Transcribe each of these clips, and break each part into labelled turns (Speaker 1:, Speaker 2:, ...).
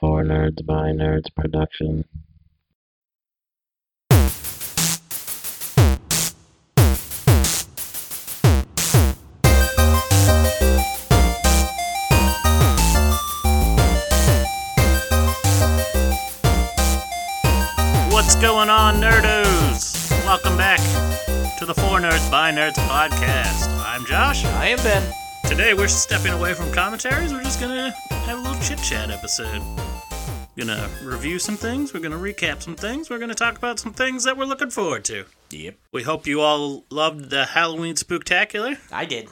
Speaker 1: Nerds by Nerds production.
Speaker 2: What's going on, nerdos? Welcome back to the Four Nerds by Nerds podcast. I'm Josh.
Speaker 3: I am Ben.
Speaker 2: Today we're stepping away from commentaries. We're just gonna have a little chit chat episode. Gonna review some things. We're gonna recap some things. We're gonna talk about some things that we're looking forward to.
Speaker 3: Yep.
Speaker 2: We hope you all loved the Halloween spooktacular.
Speaker 3: I did.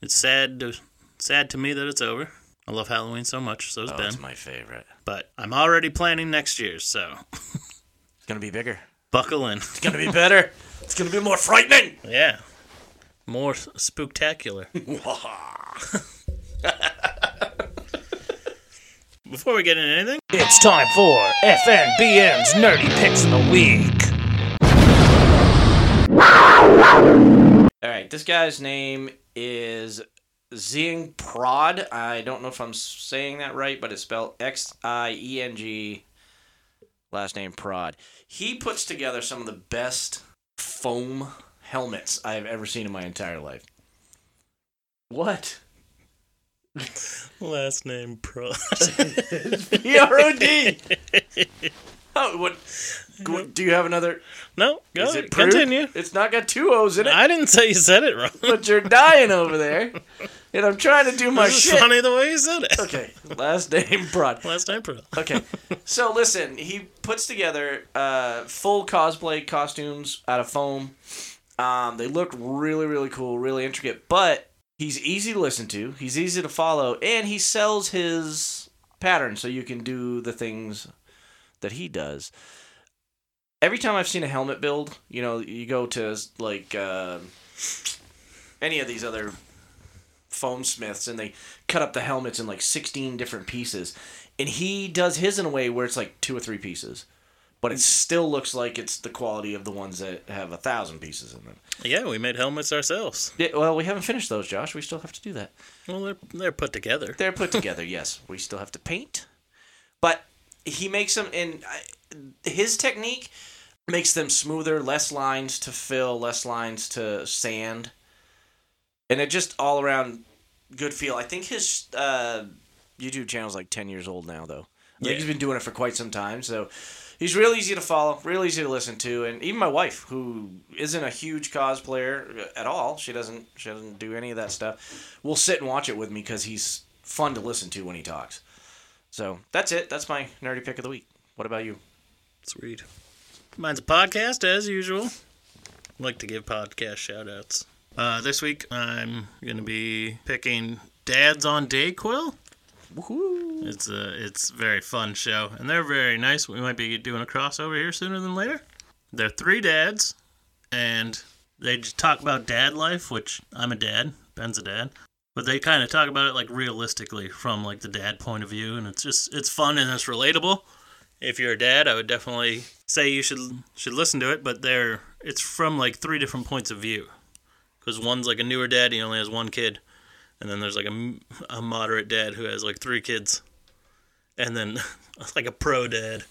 Speaker 2: It's sad, to, sad to me that it's over. I love Halloween so much. So's
Speaker 3: Oh,
Speaker 2: Ben.
Speaker 3: it's my favorite.
Speaker 2: but I'm already planning next year, so
Speaker 3: It's gonna be bigger.
Speaker 2: buckle in.
Speaker 3: It's gonna be better. it's gonna be more frightening.
Speaker 2: Yeah. More s- spooktacular. Before we get into anything,
Speaker 3: It's time for FNBM's Nerdy Picks of the Week. All right, this guy's name is Zing Prod. I don't know if I'm saying that right, but it's spelled X I E N G. Last name Prod. He puts together some of the best foam helmets I've ever seen in my entire life. What?
Speaker 2: last name Pro.
Speaker 3: P R O D. Oh, what? go- Do you have another?
Speaker 2: no, go
Speaker 3: Is it prude?
Speaker 2: continue.
Speaker 3: It's not got two O's in it,
Speaker 2: I didn't say you said it wrong.
Speaker 3: but you're dying over there, and I'm trying to do my
Speaker 2: It's
Speaker 3: shit.
Speaker 2: funny the way you said it.
Speaker 3: Okay, last name Prod.
Speaker 2: Last name Pro.
Speaker 3: Okay, so listen, he puts together uh, full cosplay costumes out of foam. Um, they look really, really cool, really intricate, but he's easy to listen to. He's easy to follow, and he sells his pattern so you can do the things that he does. Every time I've seen a helmet build, you know, you go to like uh, any of these other foam smiths and they cut up the helmets in like 16 different pieces. And he does his in a way where it's like two or three pieces, but it still looks like it's the quality of the ones that have a thousand pieces in them.
Speaker 2: Yeah, we made helmets ourselves.
Speaker 3: Yeah, well, we haven't finished those, Josh. We still have to do that.
Speaker 2: Well, they're they're put together.
Speaker 3: They're put together, yes. We still have to paint, but he makes them in I- his technique makes them smoother, less lines to fill, less lines to sand, and it just all around good feel. I think his uh, YouTube channel is like ten years old now, though. I
Speaker 2: Yeah.
Speaker 3: think he's been doing it for quite some time, so. He's real easy to follow, real easy to listen to, and even my wife, who isn't a huge cosplayer at all, she doesn't she doesn't do any of that stuff, will sit and watch it with me because he's fun to listen to when he talks. So that's it. That's my nerdy pick of the week. What about you?
Speaker 2: Sweet. Mine's a podcast, as usual. like to give podcast shout outs. Uh, this week, I'm going to be picking Dads on Dayquil.
Speaker 3: Woohoo!
Speaker 2: It's a it's a very fun show, and they're very nice. We might be doing a crossover here sooner than later. They're three dads, and they just talk about dad life, which I'm a dad, Ben's a dad, but they kind of talk about it like realistically from like the dad point of view, and it's just it's fun and it's relatable. If you're a dad, I would definitely say you should should listen to it, but they're it's from like three different points of view, because one's like a newer dad, he only has one kid. And then there's like a, m- a moderate dad who has like three kids and then like a pro dad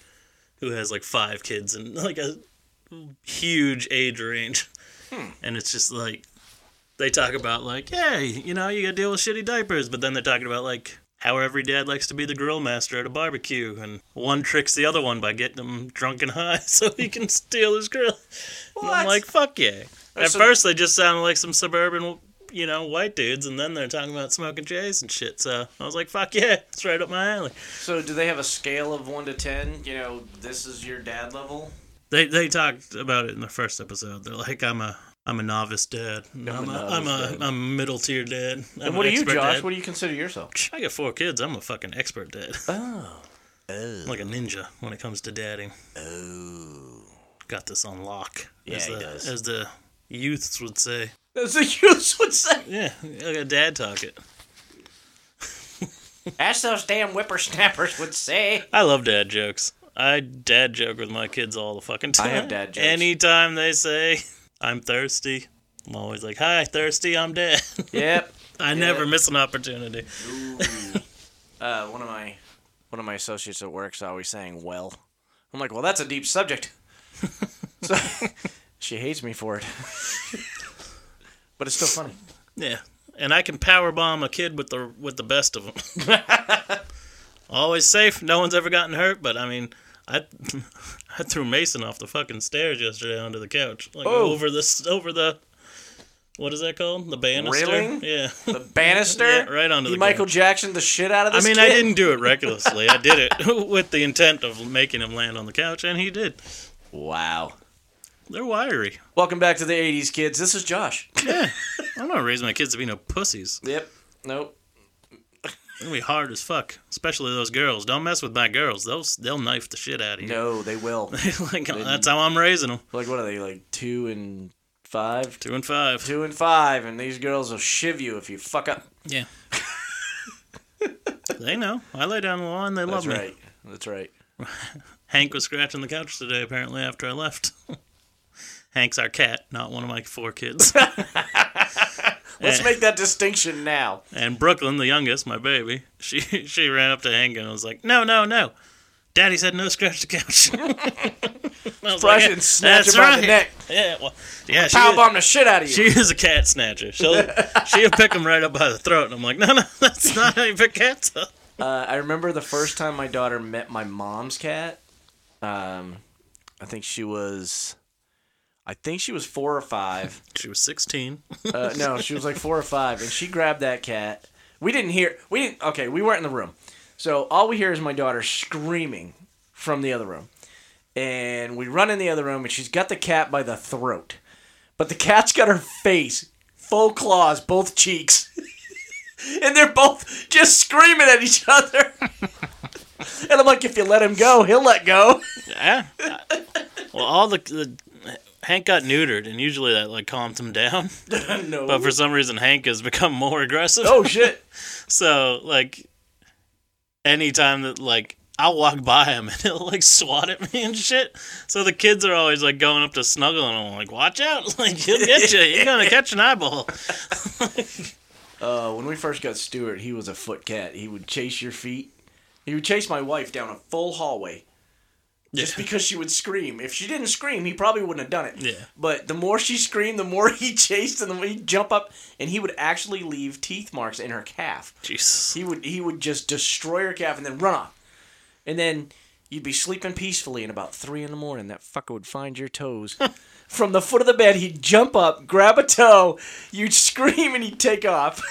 Speaker 2: who has like five kids and like a huge age range and it's just like they talk about like hey you know you gotta deal with shitty diapers but then they're talking about like how every dad likes to be the grill master at a barbecue and one tricks the other one by getting him drunk and high so he can steal his grill And i'm
Speaker 3: What? Oh,
Speaker 2: like fuck yeah at
Speaker 3: so-
Speaker 2: first they just sounded like some suburban you know white dudes and then they're talking about smoking jays and shit so i was like fuck yeah it's right up my alley
Speaker 3: So do they have a scale of one to ten? You know, this is your dad level.
Speaker 2: They they talked about it in the first episode. They're like, I'm a I'm a novice dad. I'm,
Speaker 3: a
Speaker 2: a,
Speaker 3: novice
Speaker 2: I'm a
Speaker 3: dad.
Speaker 2: I'm a middle tier dad. I'm
Speaker 3: And what are
Speaker 2: an
Speaker 3: you,
Speaker 2: expert
Speaker 3: Josh?
Speaker 2: dad.
Speaker 3: What do you consider yourself?
Speaker 2: I got four kids. I'm a fucking expert dad.
Speaker 3: Oh,
Speaker 2: I'm like a ninja when it comes to dadding.
Speaker 3: oh.
Speaker 2: Got this on lock.
Speaker 3: Yeah,
Speaker 2: as
Speaker 3: he
Speaker 2: the,
Speaker 3: does.
Speaker 2: As the youths would say.
Speaker 3: As the youths would say.
Speaker 2: Yeah, I got dad talk it.
Speaker 3: As those damn whippersnappers would say.
Speaker 2: I love dad jokes. I dad joke with my kids all the fucking time.
Speaker 3: I have dad jokes.
Speaker 2: Anytime they say, I'm thirsty, I'm always like, hi, thirsty, I'm dad.
Speaker 3: Yep.
Speaker 2: I never miss an opportunity.
Speaker 3: Ooh. uh, one of my one of my associates at work's always saying well. I'm like, well, that's a deep subject. so she hates me for it. but it's still funny.
Speaker 2: Yeah, and I can power bomb a kid with the with the best of them. Always safe. No one's ever gotten hurt. But I mean, I I threw Mason off the fucking stairs yesterday onto the couch, like
Speaker 3: Oh.
Speaker 2: over this over the what is that called? The banister.
Speaker 3: Railing?
Speaker 2: Yeah.
Speaker 3: The banister?
Speaker 2: Yeah, right onto
Speaker 3: he
Speaker 2: the
Speaker 3: Michael
Speaker 2: couch.
Speaker 3: Jackson the shit out of
Speaker 2: I
Speaker 3: this
Speaker 2: mean,
Speaker 3: kid.
Speaker 2: I didn't do it recklessly. I did it with the intent of making him land on the couch, and he did.
Speaker 3: Wow.
Speaker 2: They're wiry.
Speaker 3: Welcome back to the 80s, kids. This is Josh.
Speaker 2: I'm not raising my kids to be no pussies.
Speaker 3: Yep. Nope.
Speaker 2: It'll be hard as fuck, especially those girls. Don't mess with my girls. They'll they'll knife the shit out of you.
Speaker 3: No, they will.
Speaker 2: like that's how I'm raising them.
Speaker 3: like, what are they, like two and five?
Speaker 2: Two and five.
Speaker 3: Two and five, and these girls will shiv you if you fuck up.
Speaker 2: Yeah. they know. I lay down on the law and they love
Speaker 3: That's
Speaker 2: me.
Speaker 3: right. That's right.
Speaker 2: Hank was scratching the couch today, apparently, after I left. Hank's our cat, not one of my four kids.
Speaker 3: Let's make that distinction now.
Speaker 2: and Brooklyn, the youngest, my baby, she she ran up to Hank and was like, "No, no, no, Daddy said no scratch the couch." I was
Speaker 3: Brush
Speaker 2: "Yeah,
Speaker 3: and snatch
Speaker 2: that's
Speaker 3: her by the neck.
Speaker 2: Yeah, well, yeah, she
Speaker 3: Power
Speaker 2: is,
Speaker 3: bomb the shit out of you.
Speaker 2: she is a cat snatcher. She'll she'll pick him right up by the throat, and I'm like, "No, no, that's not how you pick cats up."
Speaker 3: Uh, I remember the first time my daughter met my mom's cat. Um, I think she was, I think she was four or five.
Speaker 2: She was 16.
Speaker 3: Uh, no, she was like four or five, and she grabbed that cat. We didn't hear. We didn't. Okay, we weren't in the room, so all we hear is my daughter screaming from the other room, and we run in the other room, and she's got the cat by the throat, but the cat's got her face, full claws, both cheeks, and they're both just screaming at each other. and I'm like, if you let him go, he'll let go.
Speaker 2: Yeah. well, all the, the Hank got neutered, and usually that like calms him down.
Speaker 3: no.
Speaker 2: But for some reason, Hank has become more aggressive.
Speaker 3: oh shit.
Speaker 2: So like, anytime that like I'll walk by him and he'll like swat at me and shit. So the kids are always like going up to snuggle and I'm like, watch out, like he'll get you. You're gonna catch an eyeball.
Speaker 3: Uh, when we first got Stuart, he was a foot cat. He would chase your feet. He would chase my wife down a full hallway just because she would scream. If she didn't scream, he probably wouldn't have done it.
Speaker 2: Yeah.
Speaker 3: But the more she screamed, the more he chased, and the more he'd jump up, and he would actually leave teeth marks in her calf.
Speaker 2: Jesus.
Speaker 3: He would he would just destroy her calf and then run off. And then you'd be sleeping peacefully, and about three in the morning, that fucker would find your toes. From the foot of the bed, he'd jump up, grab a toe, you'd scream, and he'd take off.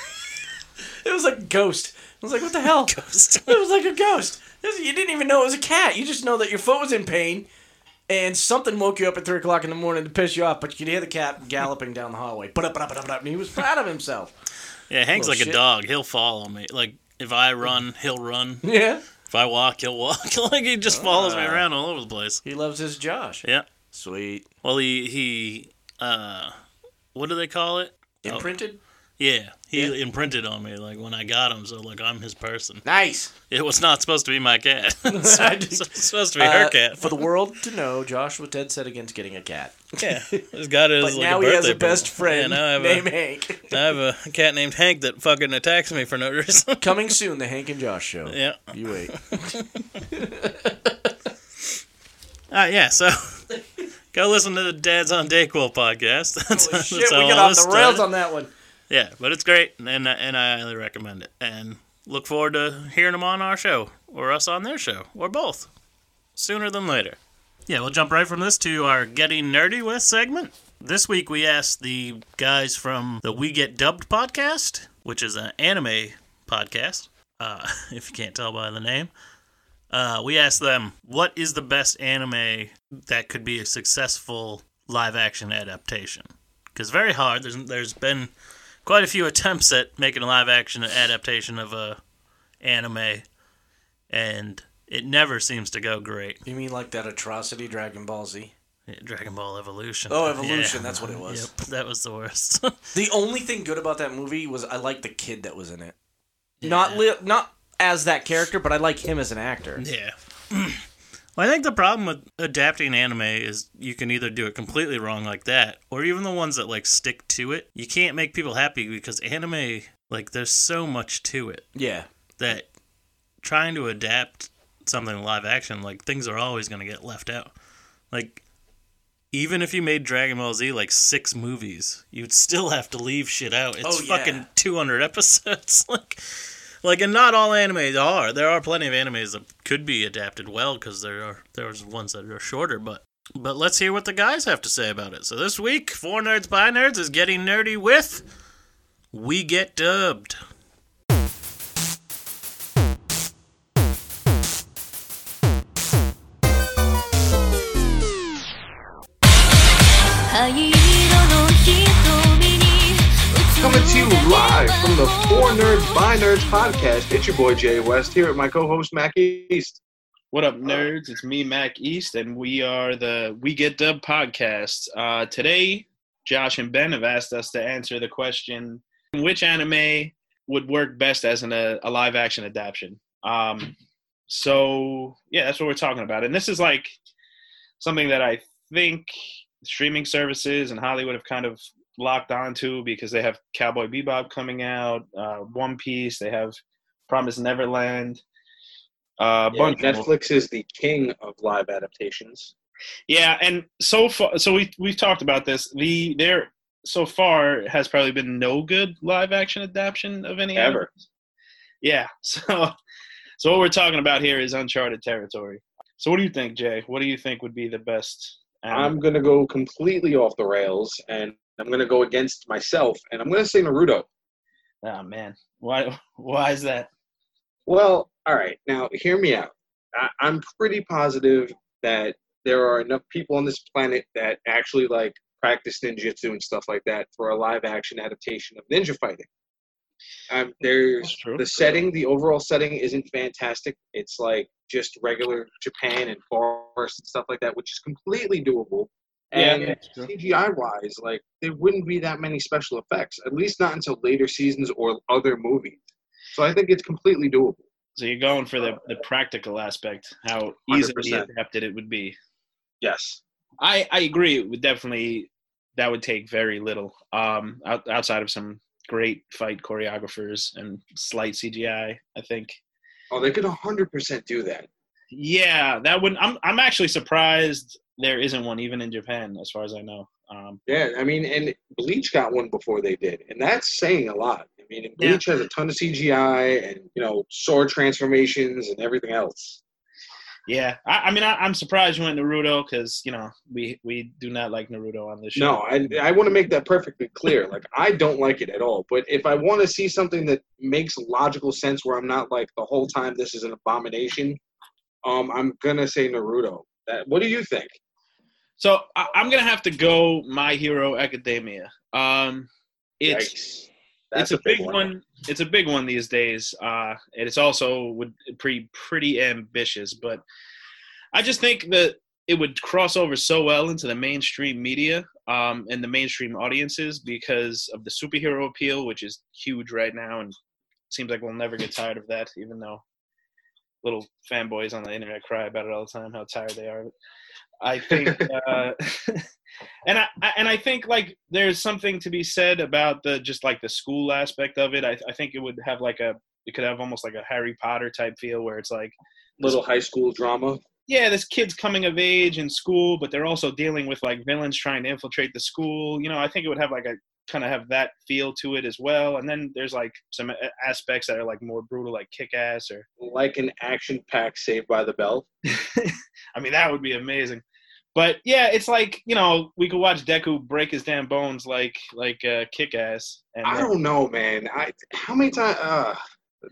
Speaker 3: it was like a ghost. I was like, what the hell? It was like a ghost. It was- You didn't even know it was a cat. You just know that your foot was in pain, and something woke you up at three o'clock in the morning to piss you off. But you could hear the cat galloping down the hallway. Ba-da-ba-da-ba-da-ba, And he was proud of himself.
Speaker 2: yeah, Hank's
Speaker 3: Little
Speaker 2: like
Speaker 3: shit.
Speaker 2: a dog. He'll follow me. Like if I run, he'll run.
Speaker 3: Yeah,
Speaker 2: If I walk, he'll walk. like he just follows
Speaker 3: Uh.
Speaker 2: me around all over the place.
Speaker 3: he loves his Josh.
Speaker 2: Yeah.
Speaker 3: Sweet.
Speaker 2: Well, he he uh, what do they call it? Oh,
Speaker 3: Imprinted.
Speaker 2: yeah, he imprinted on me like when I got him. So like I'm his person.
Speaker 3: Nice.
Speaker 2: It was not supposed to be my cat. it's supposed to be her
Speaker 3: Uh,
Speaker 2: cat.
Speaker 3: For the world to know, Josh was dead set against getting a cat.
Speaker 2: yeah, this got it
Speaker 3: But
Speaker 2: as like
Speaker 3: now
Speaker 2: a
Speaker 3: he has
Speaker 2: birthday
Speaker 3: a
Speaker 2: present.
Speaker 3: best friend
Speaker 2: Yeah, now I have
Speaker 3: named
Speaker 2: a,
Speaker 3: Hank.
Speaker 2: now I have a cat named Hank that fucking attacks me for no reason.
Speaker 3: Coming soon, the Hank and Josh show.
Speaker 2: yeah.
Speaker 3: You wait.
Speaker 2: Uh, yeah. So go listen to the Dad's on Dayquil podcast. That's,
Speaker 3: Holy
Speaker 2: that's
Speaker 3: shit,
Speaker 2: how
Speaker 3: we got
Speaker 2: all
Speaker 3: off
Speaker 2: this
Speaker 3: the rails
Speaker 2: started.
Speaker 3: on that one.
Speaker 2: Yeah, but it's great, and and I highly recommend it. And look forward to hearing them on our show, or us on their show, or both, sooner than later. Yeah, we'll jump right from this to our Getting Nerdy With segment. This week we asked the guys from the We Get Dubbed podcast, which is an anime podcast, uh, if you can't tell by the name. Uh, we asked them, what is the best anime that could be a successful live action adaptation? Because very hard. There's, there's been quite a few attempts at making a live action adaptation of a anime and it never seems to go great
Speaker 3: You mean like that atrocity Dragon Ball Z?
Speaker 2: dragon ball evolution
Speaker 3: Oh, Evolution, that's what it was.
Speaker 2: yep that was the worst
Speaker 3: The only thing good about that movie was I liked the kid that was in it. Not li- not as that character, but I like him as an actor.
Speaker 2: yeah well, i think the problem with adapting anime is you can either do it completely wrong like that or even the ones that like stick to it you can't make people happy because anime like there's so much to it
Speaker 3: Yeah.
Speaker 2: that trying to adapt something live action, like things are always going to get left out. Like even if you made Dragon Ball Z like six movies, you'd still have to leave shit out. It's
Speaker 3: Oh, yeah.
Speaker 2: fucking 200 episodes. like like and not all animes are. There are plenty of animes that could be adapted well cuz there are there's ones that are shorter, but but let's hear what the guys have to say about it. So this week, Four Nerds by Nerds is getting nerdy with We Get Dubbed.
Speaker 4: Coming to you live from the Four Nerds by Nerds podcast. It's your boy Jay West here with my co-host Mac East.
Speaker 5: What up, nerds? It's me, Mac East, and we are the We Get Dub podcast. Uh, today, Josh and Ben have asked us to answer the question which anime would work best as an, a, a live action adaptation? Um, so, yeah, that's what we're talking about. And this is like something that I think streaming services and Hollywood have kind of locked onto because they have Cowboy Bebop coming out, uh, One Piece, they have Promise Neverland. Uh, a bunch more.
Speaker 4: Netflix is the king of live adaptations.
Speaker 5: Yeah, and so far, so we we've talked about this. The there so far has probably been no good live action adaptation of any
Speaker 4: Ever.
Speaker 5: animes. Yeah, so so what we're talking about here is uncharted territory. So what do you think, Jay? What do you think would be the best?
Speaker 4: I'm gonna go completely off the rails, and I'm gonna go against myself, and I'm gonna say Naruto.
Speaker 5: oh man, why why is that?
Speaker 4: Well, all right. Now, hear me out. I, I'm pretty positive that there are enough people on this planet that actually like practice ninjutsu and stuff like that for a live action adaptation of ninja fighting. Um, there's
Speaker 5: true.
Speaker 4: the setting. The overall setting isn't fantastic. It's like just regular Japan and forest and stuff like that, which is completely doable.
Speaker 5: Yeah,
Speaker 4: And
Speaker 5: that's true.
Speaker 4: CGI wise, like there wouldn't be that many special effects, at least not until later seasons or other movies. So I think it's completely doable.
Speaker 5: So you're going for
Speaker 4: Uh,
Speaker 5: the the practical aspect, how easily
Speaker 4: 100%.
Speaker 5: adapted it would be.
Speaker 4: Yes.
Speaker 5: I I agree. It would definitely that would take very little. Um, out, outside of some great fight choreographers and slight CGI, I think.
Speaker 4: Oh, they could 100% do that.
Speaker 5: Yeah, that would. I'm I'm actually surprised there isn't one even in Japan, as far as I know. Um,
Speaker 4: Yeah, I mean, and Bleach got one before they did, and that's saying a lot. I mean, and Bleach has a ton of CGI and you know sword transformations and everything else.
Speaker 5: yeah, I, I mean I, I'm surprised you went Naruto because you know we we do not like Naruto on this show.
Speaker 4: No, I I want to make that perfectly clear. Like, I don't like it at all. But if I want to see something that makes logical sense, where I'm not like the whole time this is an abomination, um, I'm gonna say Naruto. That, what do you think?
Speaker 5: So I, I'm gonna have to go My Hero Academia. Um, it's.
Speaker 4: Yikes.
Speaker 5: it's a, big, one. It's a big one these days. Uh, and it's also would pretty pretty ambitious, but I just think that it would cross over so well into the mainstream media um, and the mainstream audiences because of the superhero appeal, which is huge right now, and seems like we'll never get tired of that. Even though little fanboys on the internet cry about it all the time, how tired they are. of it. I think, uh, and I I- and I think like there's something to be said about the just like the school aspect of it. I I think it would have like a it could have almost like a Harry Potter type feel where it's like
Speaker 4: Little high school drama.
Speaker 5: yeah, this kid's coming of age in school, but they're also dealing with like villains trying to infiltrate the school. You know, I think it would have like a kind of have that feel to it as well. And then there's like some a- aspects that are like more brutal, like kick ass, or
Speaker 4: like an action pack Saved by the Bell.
Speaker 5: I mean, that would be amazing. But yeah, it's like you know we could watch Deku break his damn bones like like uh, kick ass. And
Speaker 4: I
Speaker 5: uh,
Speaker 4: don't know, man. I how many times uh,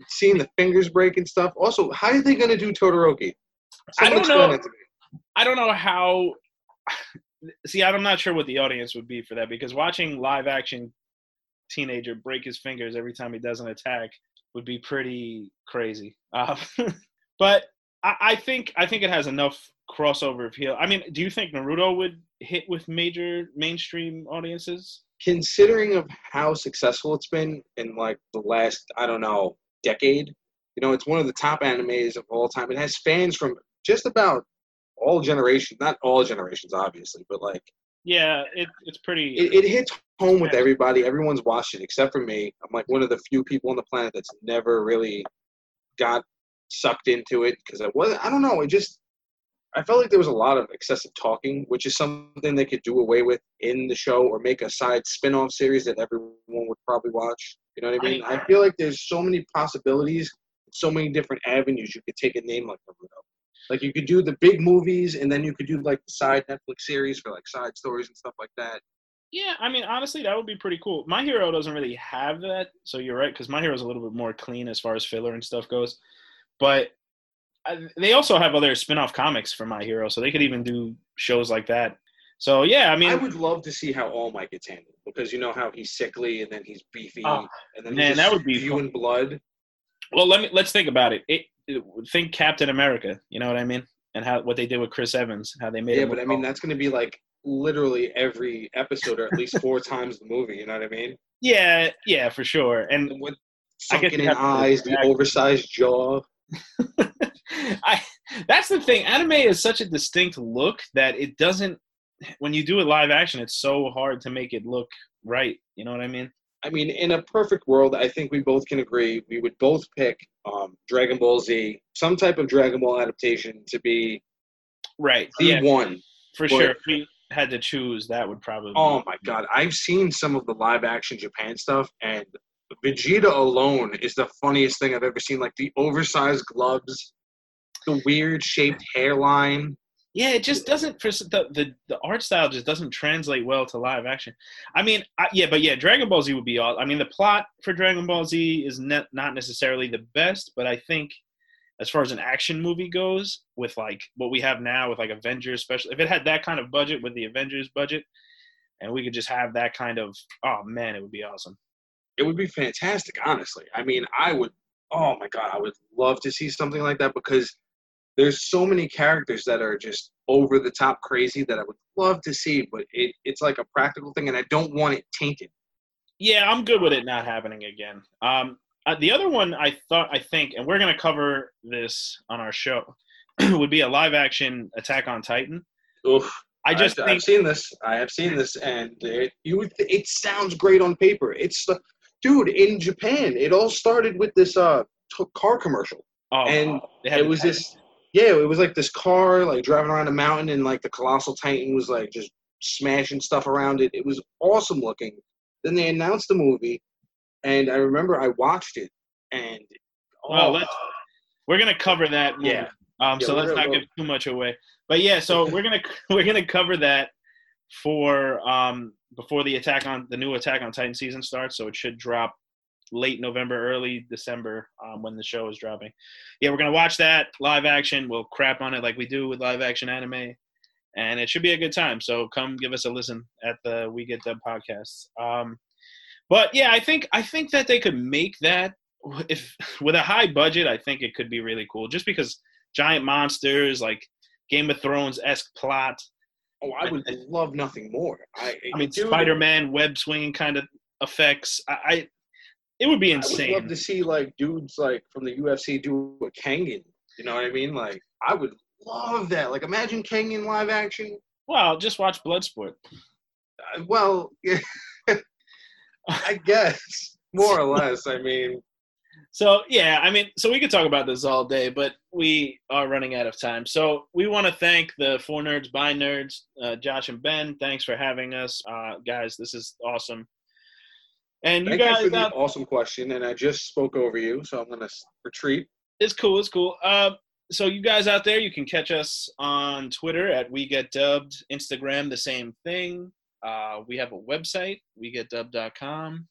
Speaker 4: seeing the fingers break and stuff. Also, how are they gonna do Todoroki?
Speaker 5: I
Speaker 4: Someone
Speaker 5: don't
Speaker 4: explain
Speaker 5: know.
Speaker 4: that to me.
Speaker 5: I don't know how. See, I'm not sure what the audience would be for that because watching live action teenager break his fingers every time he does an attack would be pretty crazy. Uh, but I, I think I think it has enough crossover appeal. I mean, do you think Naruto would hit with major mainstream audiences?
Speaker 4: Considering of how successful it's been in like the last I don't know decade, you know, it's one of the top animes of all time. It has fans from just about all generations. Not all generations, obviously, but like
Speaker 5: Yeah, it, it's pretty.
Speaker 4: it, it hits home with everybody. Everyone's watched it except for me. I'm like one of the few people on the planet that's never really got sucked into it because I was I don't know. It just I felt like there was a lot of excessive talking, which is something they could do away with in the show or make a side spin-off series that everyone would probably watch. You know what I mean? I, feel like there's so many possibilities, so many different avenues you could take a name like Naruto. Like you could do the big movies and then you could do like the side Netflix series for like side stories and stuff like that.
Speaker 5: Yeah, I mean, honestly, that would be pretty cool. My hero doesn't really have that, so you're right, because my hero's a little bit more clean as far as filler and stuff goes. But I, they also have other spin-off comics for my hero, so they could even do shows like that. So yeah, I mean,
Speaker 4: I would love to see how All Might gets handled because you know how he's sickly and then he's beefy
Speaker 5: Oh,
Speaker 4: and then
Speaker 5: man,
Speaker 4: he's
Speaker 5: that would be
Speaker 4: spewing blood.
Speaker 5: well, let me let's think about it. It, it- Think Captain America. You know what I mean? And how what they did with Chris Evans, how they made
Speaker 4: Yeah,
Speaker 5: him
Speaker 4: but I
Speaker 5: look
Speaker 4: mean that's going to be like literally every episode or at least four times the movie. You know what I mean?
Speaker 5: Yeah, yeah, for sure. And
Speaker 4: With
Speaker 5: I guess
Speaker 4: sunken
Speaker 5: you
Speaker 4: in
Speaker 5: have to
Speaker 4: eyes, the
Speaker 5: react.
Speaker 4: oversized jaw.
Speaker 5: I that's the thing. Anime is such a distinct look that it doesn't when you do it live action, it's so hard to make it look right. You know what I mean?
Speaker 4: I mean, in a perfect world, I think we both can agree we would both pick um, Dragon Ball Z, some type of Dragon Ball adaptation, to be
Speaker 5: Right.
Speaker 4: the
Speaker 5: yeah,
Speaker 4: one.
Speaker 5: for
Speaker 4: but-
Speaker 5: sure. If we had to choose, that would probably
Speaker 4: Oh my God, I've seen some of the live action Japan stuff, and Vegeta alone is the funniest thing I've ever seen. Like the oversized gloves, the weird shaped hairline.
Speaker 5: Yeah, it just doesn't for s- the, the the art style just doesn't translate well to live action. I mean, I, yeah, but yeah, Dragon Ball Z would be all. I mean, the plot for Dragon Ball Z is ne- not necessarily the best, but I think as far as an action movie goes, with like what we have now with like Avengers special, if it had that kind of budget with the Avengers budget, and we could just have that kind of oh man, it would be awesome.
Speaker 4: It would be fantastic, honestly. I mean, I would, oh my God, I would love to see something like that because there's so many characters that are just over the top crazy that I would love to see, but it, it's like a practical thing, and I don't want it tainted.
Speaker 5: Yeah, I'm good with it not happening again. Um, uh, the other one I thought, I think, and we're gonna cover this on our show, would be a live action Attack on Titan.
Speaker 4: Oof.
Speaker 5: I just
Speaker 4: I've,
Speaker 5: think,
Speaker 4: I've seen this. I have seen this, and it, you would- it sounds great on paper. It's the dude in Japan. It all started with this uh t- car commercial.
Speaker 5: oh,
Speaker 4: and
Speaker 5: they had
Speaker 4: It was
Speaker 5: the-
Speaker 4: this, yeah, it was like this car like driving around a mountain, and like the colossal titan was like just smashing stuff around it. It was awesome looking. Then they announced the movie, and I remember I watched it, and oh,
Speaker 5: Well, let's- We're gonna cover that. movie.
Speaker 4: Yeah.
Speaker 5: Um,
Speaker 4: Yeah,
Speaker 5: so
Speaker 4: we're
Speaker 5: let's
Speaker 4: gonna-
Speaker 5: not give too much away. But yeah, so we're gonna we're gonna cover that for um before the attack on the new Attack on Titan season starts. So it should drop late November, early December um, when the show is dropping. Yeah, we're gonna watch that live action. We'll crap on it like we do with live action anime, and it should be a good time. So come give us a listen at the We Get Dub podcast. Um, but yeah, I think I think that they could make that if with a high budget. I think it could be really cool, just because giant monsters like Game of Thrones esque plot.
Speaker 4: oh, I would love nothing more. I,
Speaker 5: I mean,
Speaker 4: dude,
Speaker 5: Spider Man web swinging kind of effects. I, I it would be
Speaker 4: I would love
Speaker 5: insane.
Speaker 4: to see like dudes like from the UFC do a Kangen. You know what I mean? Like I would love that. Like imagine Kangen live action.
Speaker 5: Well, just watch Bloodsport.
Speaker 4: Uh, well, yeah, I guess more or less. I mean,
Speaker 5: So yeah, I mean, so we could talk about this all day, but we are running out of time. So we want to thank the four nerds by nerds, uh, Josh and Ben. Thanks for having us, uh, guys. This is awesome. And you
Speaker 4: thank you for
Speaker 5: guys,
Speaker 4: the
Speaker 5: out,
Speaker 4: awesome question, and I just spoke over you, so I'm gonna s- retreat.
Speaker 5: it's cool. It's cool. Uh, so you guys out there, you can catch us on Twitter at We Get Dubbed, Instagram the same thing. Uh, we have a website, wegetdubbed.com.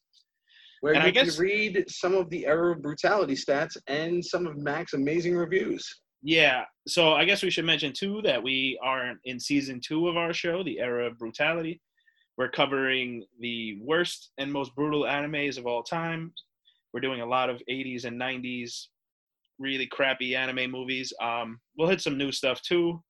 Speaker 4: Where
Speaker 5: And
Speaker 4: you
Speaker 5: I guess-
Speaker 4: can read some of the error of brutality stats and some of Mac's amazing reviews.
Speaker 5: Yeah. So I guess we should mention too that we are in season two of our show, The Era of Brutality. We're covering the worst and most brutal animes of all time. We're doing a lot of 80s and 90s really crappy anime movies. Um, we'll hit some new stuff too.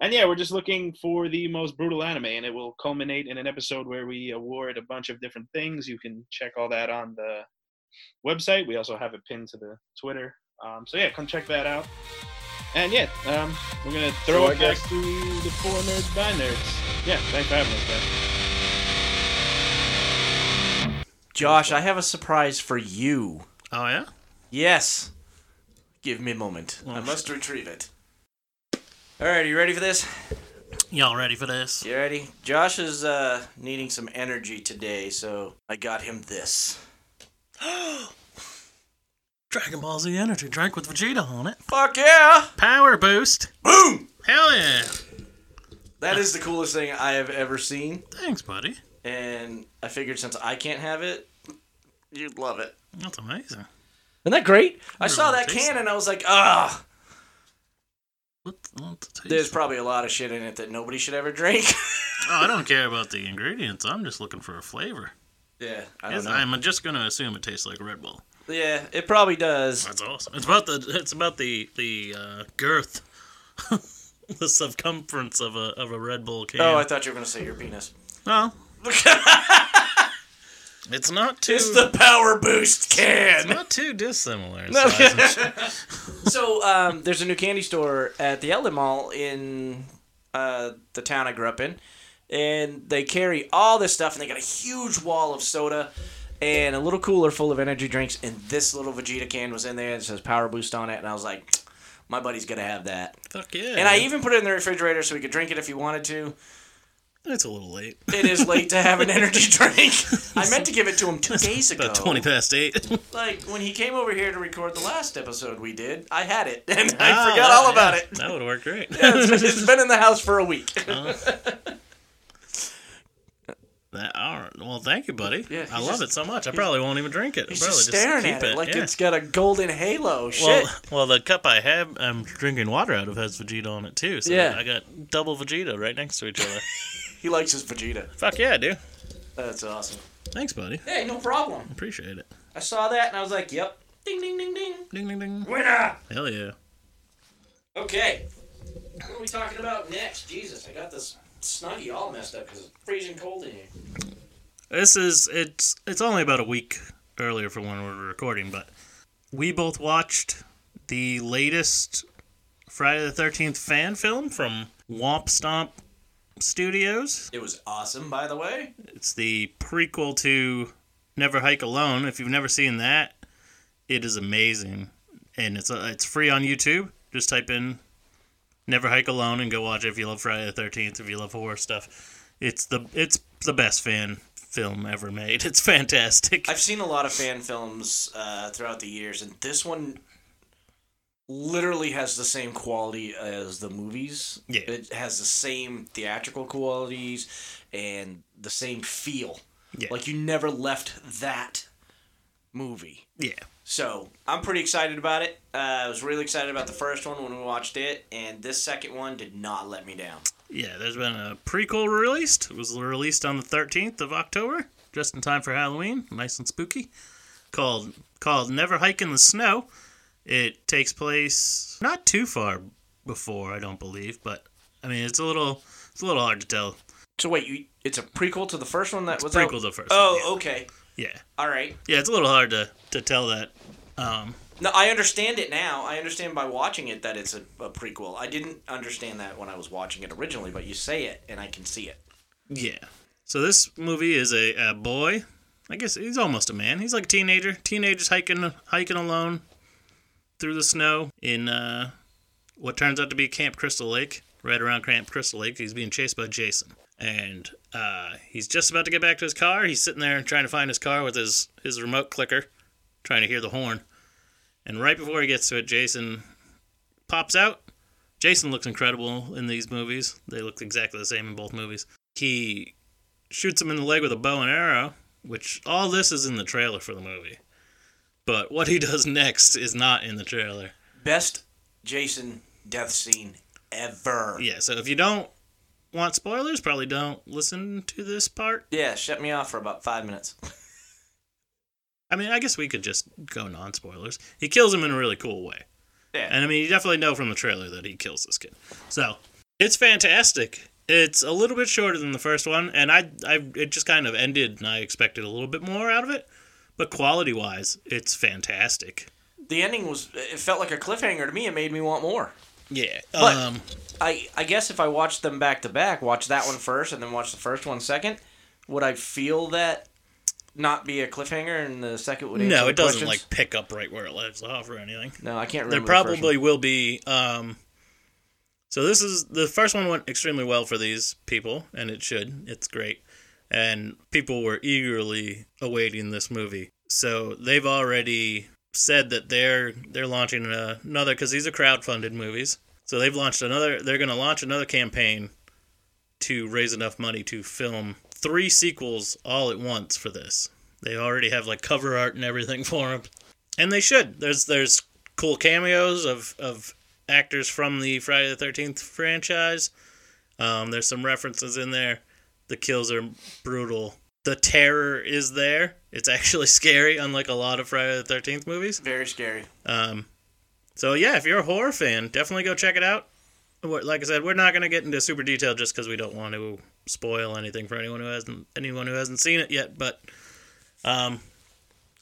Speaker 5: And yeah, we're just looking for the most brutal anime, and it will culminate in an episode where we award a bunch of different things. You can check all that on the website. We also have it pinned to the Twitter. Um, so yeah, come check that out. And yeah, um, we're gonna throw
Speaker 4: So I
Speaker 5: it back to the four nerds by nerds. Yeah, thanks for having us, guys.
Speaker 3: Josh, I have a surprise for you.
Speaker 2: Oh yeah.
Speaker 3: Yes. Get- Give me a moment.
Speaker 2: Oh,
Speaker 3: I must retrieve it. All right, you ready for this?
Speaker 2: Y'all ready for this?
Speaker 3: You ready? Josh is uh, needing some energy today, so I got him this.
Speaker 2: Dragon Ball Z Energy drink with Vegeta on it.
Speaker 3: Fuck yeah!
Speaker 2: Power boost.
Speaker 3: Boom!
Speaker 2: Hell yeah.
Speaker 3: That is the coolest thing I have ever seen,
Speaker 2: Thanks, buddy.
Speaker 3: and I figured since I can't have it, you'd love it.
Speaker 2: That's amazing.
Speaker 3: Isn't that great? I
Speaker 2: Really
Speaker 3: saw
Speaker 2: wanna
Speaker 3: that
Speaker 2: taste
Speaker 3: can and I was like, ah,
Speaker 2: What, what the taste?
Speaker 3: there's probably a lot of shit in it that nobody should ever drink.
Speaker 2: Oh, I don't care about the ingredients. I'm just looking for a flavor.
Speaker 3: yeah, I don't
Speaker 2: Yes,
Speaker 3: know.
Speaker 2: I'm just gonna assume it tastes like Red Bull.
Speaker 3: Yeah, it probably does. Oh,
Speaker 2: That's awesome. It's about the it's about the the uh, girth, the circumference of a of a Red Bull can.
Speaker 3: Oh, I thought you were gonna say your penis.
Speaker 2: well, it's not too
Speaker 3: It's the power boost
Speaker 2: it's
Speaker 3: can.
Speaker 2: not too dissimilar. in
Speaker 3: No.
Speaker 2: size and shape.
Speaker 3: so um, there's a new candy store at the Outlet Mall in uh, the town I grew up in, and they carry all this stuff, and they got a huge wall of soda. And a little cooler full of energy drinks, and this little Vegeta can was in there. It says Power Boost on it, and I was like, "My buddy's gonna have that."
Speaker 2: Fuck yeah!
Speaker 3: And I even put it in the refrigerator so he could drink it if he wanted to.
Speaker 2: it's a little late.
Speaker 3: It is late to have an energy drink. I meant to give it to him two days ago.
Speaker 2: About twenty past eight.
Speaker 3: Like when he came over here to record the last episode we did, I had it and I
Speaker 2: Ah,
Speaker 3: forgot all
Speaker 2: yeah.
Speaker 3: about it.
Speaker 2: That would work great.
Speaker 3: It's- it's been in the house for a week.
Speaker 2: Uh, That, all right. Well, thank you, buddy.
Speaker 3: Yeah,
Speaker 2: I love
Speaker 3: he's just-
Speaker 2: it so much. I probably won't even drink it.
Speaker 3: He's
Speaker 2: I probably
Speaker 3: just staring at
Speaker 2: keep
Speaker 3: it like
Speaker 2: yeah.
Speaker 3: it's got a golden halo.
Speaker 2: Well,
Speaker 3: Shit.
Speaker 2: well, the cup I have, I'm drinking water out of has Vegeta on it too. So
Speaker 3: Yeah.
Speaker 2: I got double Vegeta right next to each other.
Speaker 3: he likes his Vegeta.
Speaker 2: Fuck yeah, I do.
Speaker 3: That's awesome.
Speaker 2: Thanks, buddy.
Speaker 3: Hey, no problem.
Speaker 2: Appreciate it.
Speaker 3: I saw that and I was like, yep. Ding, ding, ding, ding.
Speaker 2: Ding ding ding.
Speaker 3: Winner!
Speaker 2: Hell yeah.
Speaker 3: Okay. What are we talking about next? Jesus, I got this snuggie all messed up because it's freezing cold in here.
Speaker 2: This is it's it's only about a week earlier from when we were recording, but we both watched the latest Friday the Thirteenth fan film from Womp Stomp Studios.
Speaker 3: It was awesome, by the way.
Speaker 2: It's the prequel to Never Hike Alone. If you've never seen that, it is amazing, and it's uh, it's free on YouTube. Just type in Never Hike Alone and go watch it if you love Friday the Thirteenth. If you love horror stuff, it's the it's the best fan film ever made. It's fantastic.
Speaker 3: I've seen a lot of fan films uh, throughout the years, and this one literally has the same quality as the movies.
Speaker 2: Yeah.
Speaker 3: It has the same theatrical qualities and the same feel.
Speaker 2: Yeah.
Speaker 3: Like you never left that movie.
Speaker 2: yeah,
Speaker 3: So I'm pretty excited about it. Uh, I was really excited about the first one when we watched it, and this second one did not let me down.
Speaker 2: yeah. There's been a prequel released. It was released on the thirteenth of October, just in time for Halloween. Nice and spooky. Called called Never Hike in the Snow. It takes place not too far before, I don't believe, but I mean it's a little it's a little hard to tell.
Speaker 3: So wait, you, it's a prequel to the first one that was out?
Speaker 2: Prequel to the first.
Speaker 3: Oh,
Speaker 2: one,
Speaker 3: okay.
Speaker 2: yeah. yeah,
Speaker 3: All right.
Speaker 2: yeah, it's a little hard to to tell that. Um,
Speaker 3: No, I understand it now. I understand by watching it that it's a, a prequel. I didn't understand that when I was watching it originally, but you say it and I can see it.
Speaker 2: yeah. So this movie is a, a boy. I guess he's almost a man. He's like a teenager. Teenagers hiking hiking alone through the snow in uh, what turns out to be Camp Crystal Lake. Right around Camp Crystal Lake, he's being chased by Jason, and uh, he's just about to get back to his car. He's sitting there trying to find his car with his his remote clicker, trying to hear the horn. And right before he gets to it, Jason pops out. Jason looks incredible in these movies. They look exactly the same in both movies. He shoots him in the leg with a bow and arrow, which all this is in the trailer for the movie. But what he does next is not in the trailer.
Speaker 3: Best Jason death scene ever.
Speaker 2: Yeah, so if you don't want spoilers, probably don't listen to this part.
Speaker 3: Yeah, shut me off for about five minutes.
Speaker 2: I mean, I guess we could just go non spoilers. He kills him in a really cool way.
Speaker 3: Yeah.
Speaker 2: And I mean, you definitely know from the trailer that he kills this kid. So it's fantastic. It's a little bit shorter than the first one, and I, I it just kind of ended, and I expected a little bit more out of it. But quality wise, it's fantastic.
Speaker 3: The ending was, it felt like a cliffhanger to me. It made me want more.
Speaker 2: Yeah.
Speaker 3: But-
Speaker 2: um,
Speaker 3: I, I guess if I watched them back to back, watch that one first and then watch the first one second, would I feel that not be a cliffhanger, and the second would answer
Speaker 2: No,
Speaker 3: the
Speaker 2: it doesn't like
Speaker 3: questions?
Speaker 2: pick up right where it left off or anything.
Speaker 3: No, I can't remember.
Speaker 2: There
Speaker 3: the first one.
Speaker 2: probably will be. Um, so this is the first one went extremely well for these people, and it should. It's great, and people were eagerly awaiting this movie. So they've already said that they're they're launching a- another because these are crowdfunded movies. So they've launched another. They're going to launch another campaign to raise enough money to film three sequels all at once for this. They already have like cover art and everything for them, and they should. There's there's cool cameos of of actors from the Friday the Thirteenth franchise. Um, there's some references in there. The kills are brutal. The terror is there. It's actually scary, unlike a lot of Friday the Thirteenth movies.
Speaker 3: very scary.
Speaker 2: Um, so yeah, if you're a horror fan, definitely go check it out. We're- Like I said, we're not going to get into super detail just because we don't want to spoil anything for anyone who hasn't anyone who hasn't seen it yet. But um,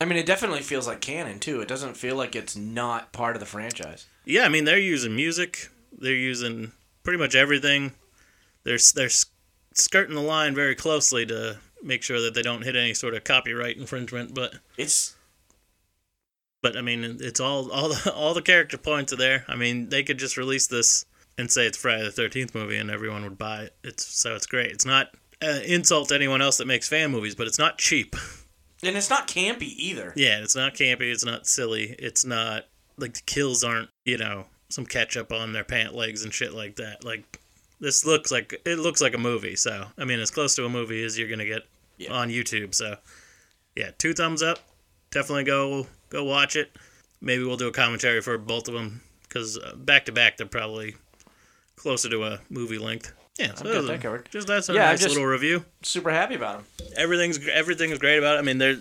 Speaker 3: I mean, it definitely feels like canon too. It doesn't feel like it's not part of the franchise.
Speaker 2: Yeah, I mean they're using music. They're using pretty much everything. They're they're s- skirting the line very closely to make sure that they don't hit any sort of copyright infringement. But
Speaker 3: It's
Speaker 2: but I mean it's all all the all the character points are there. I mean they could just release this and say it's Friday the Thirteenth movie and everyone would buy it. It's so it's great. It's not uh, insult to anyone else that makes fan movies, but it's not cheap.
Speaker 3: and it's not campy either.
Speaker 2: Yeah, it's not campy. It's not silly. It's not like the kills aren't you know some ketchup on their pant legs and shit like that. Like this looks like it looks like a movie. So I mean, as close to a movie as you're gonna get
Speaker 3: Yeah.
Speaker 2: on YouTube. So yeah, two thumbs up. Definitely go go watch it. Maybe we'll do a commentary for both of them because back to back they're probably closer to a movie length. Yeah, so
Speaker 3: got
Speaker 2: those are-
Speaker 3: that covered.
Speaker 2: Just that's a
Speaker 3: Yeah, I
Speaker 2: nice
Speaker 3: just-
Speaker 2: little review
Speaker 3: Super happy about them.
Speaker 2: everything's gr- everything's great about it. I mean, there,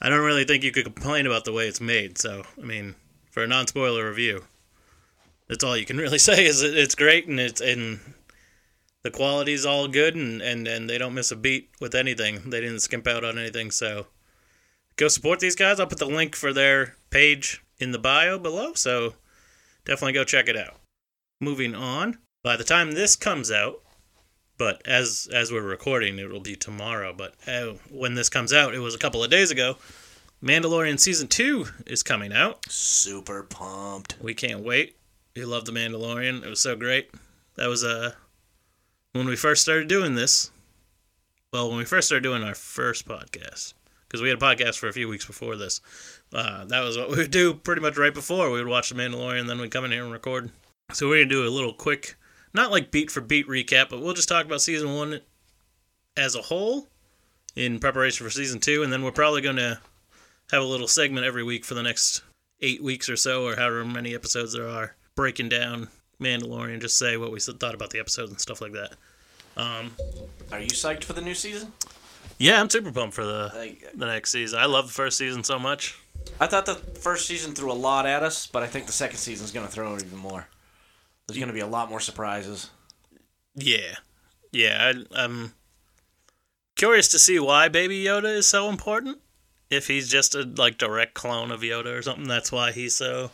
Speaker 2: I don't really think you could complain about the way it's made. So, I mean, for a non-spoiler review, that's all you can really say is it, it's great and it's and the quality's all good and and and they don't miss a beat with anything. They didn't skimp out on anything. So, go support these guys. I'll put the link for their page in the bio below. So, definitely go check it out. Moving on. By the time this comes out, but as as we're recording it will be tomorrow but uh, when this comes out it was a couple of days ago mandalorian season 2 is coming out
Speaker 3: Super pumped.
Speaker 2: we can't wait we love the mandalorian it was so great that was uh when we first started doing this well when we first started doing our first podcast because we had a podcast for a few weeks before this uh, that was what we would do pretty much right before we would watch the mandalorian then we'd come in here and record so we're gonna do a little quick not like beat for beat recap, but we'll just talk about season one as a whole in preparation for season two, and then we're probably going to have a little segment every week for the next eight weeks or so, or however many episodes there are, breaking down Mandalorian, just say what we thought about the episodes and stuff like that. Um,
Speaker 3: Are you psyched for the new season?
Speaker 2: yeah, I'm super pumped for the
Speaker 3: Like,
Speaker 2: the next season. I love the first season so much.
Speaker 3: I thought the first season threw a lot at us, but I think the second season's going to throw even more. There's going to be a lot more surprises.
Speaker 2: Yeah, yeah. I, I'm curious to see why Baby Yoda is so important. If he's just a like direct clone of Yoda or something, that's why he's so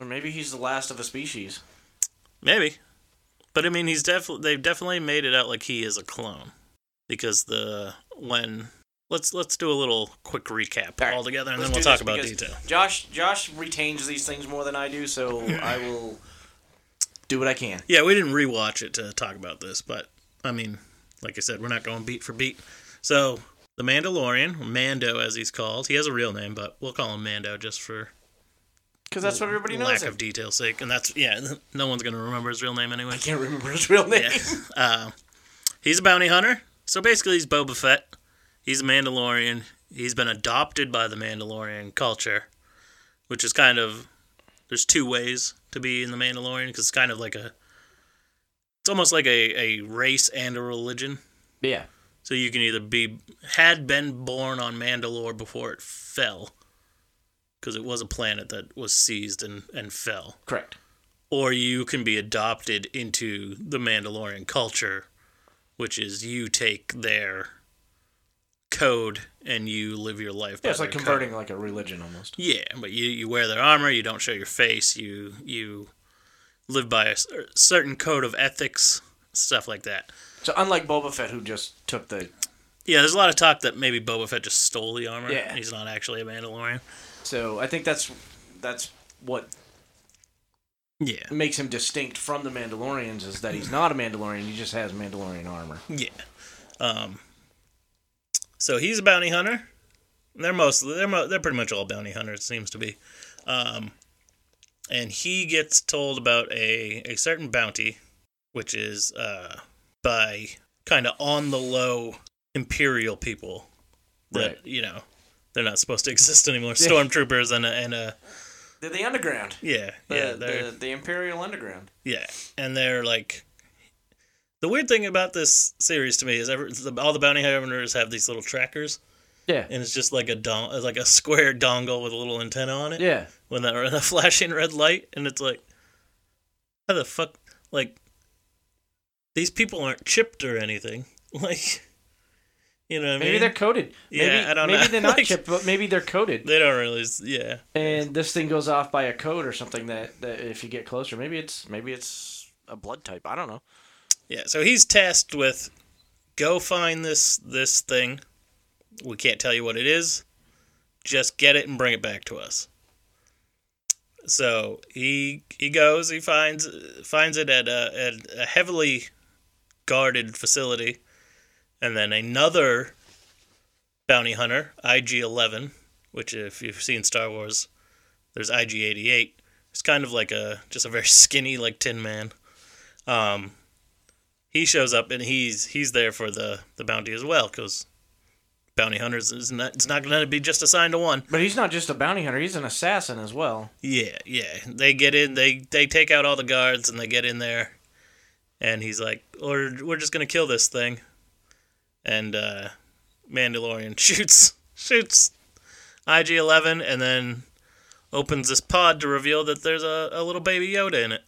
Speaker 3: Or maybe he's the last of a species.
Speaker 2: maybe. But I mean, he's definitely they've definitely made it out like he is a clone because the when let's let's do a little quick recap
Speaker 3: All
Speaker 2: all,
Speaker 3: right,
Speaker 2: together and
Speaker 3: let's
Speaker 2: then we'll
Speaker 3: do
Speaker 2: talk
Speaker 3: this
Speaker 2: about
Speaker 3: because
Speaker 2: detail.
Speaker 3: Josh Josh retains these things more than I do, so I will do what I can.
Speaker 2: Yeah, we didn't rewatch it to talk about this, but I mean, like I said, we're not going beat for beat. So the Mandalorian, Mando as he's called, he has a real name, but we'll call him Mando just for
Speaker 3: Because that's what everybody knows.
Speaker 2: lack
Speaker 3: him.
Speaker 2: of detail's sake, and that's yeah, no one's gonna remember his real name anyway.
Speaker 3: I can't remember his real name.
Speaker 2: Yeah, uh, he's a bounty hunter, so basically he's Boba Fett. He's a Mandalorian. He's been adopted by the Mandalorian culture, which is kind of there's two ways to be in the Mandalorian because it's kind of like a it's almost like a, a race and a religion.
Speaker 3: Yeah.
Speaker 2: So you can either be had been born on Mandalore before it fell, because it was a planet that was seized and, and fell
Speaker 3: Correct.
Speaker 2: or you can be adopted into the Mandalorian culture, which is you take their code and you live your life.
Speaker 3: Yeah,
Speaker 2: by
Speaker 3: it's like
Speaker 2: their code.
Speaker 3: converting like a religion almost.
Speaker 2: Yeah, but you, you wear their armor. You don't show your face. You you live by a cer- certain code of ethics, stuff like that.
Speaker 3: So unlike Boba Fett, who just took the
Speaker 2: Yeah, there's a lot of talk that maybe Boba Fett just stole the armor.
Speaker 3: Yeah.
Speaker 2: and He's not actually a Mandalorian.
Speaker 3: So I think that's that's what
Speaker 2: Yeah.
Speaker 3: makes him distinct from the Mandalorians is that he's not a Mandalorian. He just has Mandalorian armor.
Speaker 2: Yeah. Um. So he's a bounty hunter. They're mostly they're mo- they're pretty much all bounty hunters. It seems to be. Um, and he gets told about a a certain bounty, which is uh by kind of on the low imperial people that
Speaker 3: Right.
Speaker 2: you know they're not supposed to exist anymore.
Speaker 3: Yeah.
Speaker 2: Stormtroopers and a, and a
Speaker 3: They're the underground.
Speaker 2: yeah
Speaker 3: The,
Speaker 2: yeah they're
Speaker 3: the, the Imperial Underground.
Speaker 2: yeah, and they're like the weird thing about this series to me is ever the, all the bounty hunters have these little trackers,
Speaker 3: Yeah.
Speaker 2: and it's just like a don- like a square dongle with a little antenna on it.
Speaker 3: Yeah.
Speaker 2: When that a flashing red light, and it's like, how the fuck? Like these people aren't chipped or anything. Like, you know, what I
Speaker 3: Maybe
Speaker 2: mean?
Speaker 3: they're coded.
Speaker 2: Yeah,
Speaker 3: maybe,
Speaker 2: I don't
Speaker 3: maybe
Speaker 2: know.
Speaker 3: they're not
Speaker 2: Like-
Speaker 3: chipped, but maybe they're coded.
Speaker 2: they don't really. Yeah,
Speaker 3: And this thing goes off by a code or something that, that if you get closer, maybe it's maybe it's a blood type. I don't know.
Speaker 2: Yeah, so he's tasked with go find this this thing. We can't tell you what it is. Just get it and bring it back to us. So he he goes, he finds finds it at a, at a heavily guarded facility, and then another bounty hunter, IG Eleven, which if you've seen Star Wars, there's IG Eighty Eight. It's kind of like a just a very skinny like Tin Man. Um, he shows up and he's he's there for the the bounty as well because bounty hunters is not it's not going to be just assigned to one.
Speaker 3: But he's not just a bounty hunter; he's an assassin as well.
Speaker 2: Yeah, yeah. They get in, they they take out all the guards and they get in there, and he's like, "Or we're just going to kill this thing," and uh, Mandalorian shoots shoots IG Eleven and then opens this pod to reveal that there's a, a little baby Yoda in it.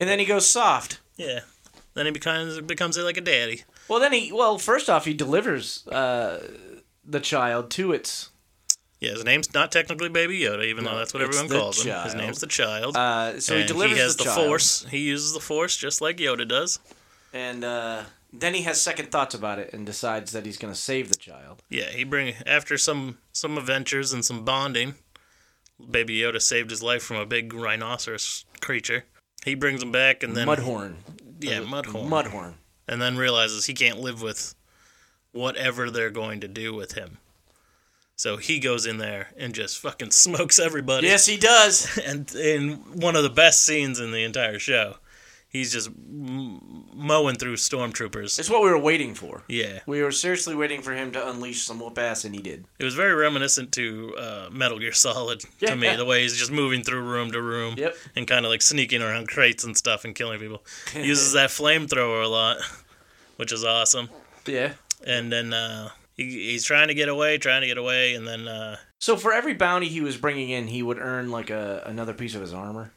Speaker 3: And then he goes soft.
Speaker 2: Yeah. Then he becomes becomes like a daddy.
Speaker 3: Well, then he well first off he delivers uh, the child to its
Speaker 2: Yeah, his name's not technically Baby Yoda, even though that's what
Speaker 3: it's
Speaker 2: everyone
Speaker 3: the
Speaker 2: calls him. His
Speaker 3: child.
Speaker 2: name's the child.
Speaker 3: Uh, so he
Speaker 2: and
Speaker 3: delivers
Speaker 2: has
Speaker 3: the,
Speaker 2: the,
Speaker 3: child,
Speaker 2: Force. He uses the Force just like Yoda does.
Speaker 3: and uh, then he has second thoughts about it and decides that he's going to save the child.
Speaker 2: Yeah, he bring after some some adventures and some bonding. Baby Yoda saved his life from a big rhinoceros creature. He brings him back, and then
Speaker 3: Mudhorn,
Speaker 2: yeah, Mudhorn,
Speaker 3: Mudhorn,
Speaker 2: and then realizes he can't live with whatever they're going to do with him. So he goes in there and just fucking smokes everybody.
Speaker 3: yes, he does.
Speaker 2: and in one of the best scenes in the entire show, he's just m- mowing through stormtroopers.
Speaker 3: It's what we were waiting for.
Speaker 2: Yeah,
Speaker 3: We were seriously waiting for him to unleash some whoop ass, and he did.
Speaker 2: it was very reminiscent to uh, Metal Gear Solid
Speaker 3: Yeah.
Speaker 2: to me. The way he's just moving through room to room
Speaker 3: Yep.
Speaker 2: and kind of like sneaking around crates and stuff and killing people. He uses that flamethrower a lot, which is awesome.
Speaker 3: Yeah.
Speaker 2: And then uh, he, he's trying to get away, trying to get away, and then uh,
Speaker 3: So for every bounty he was bringing in, he would earn like a another piece of his armor.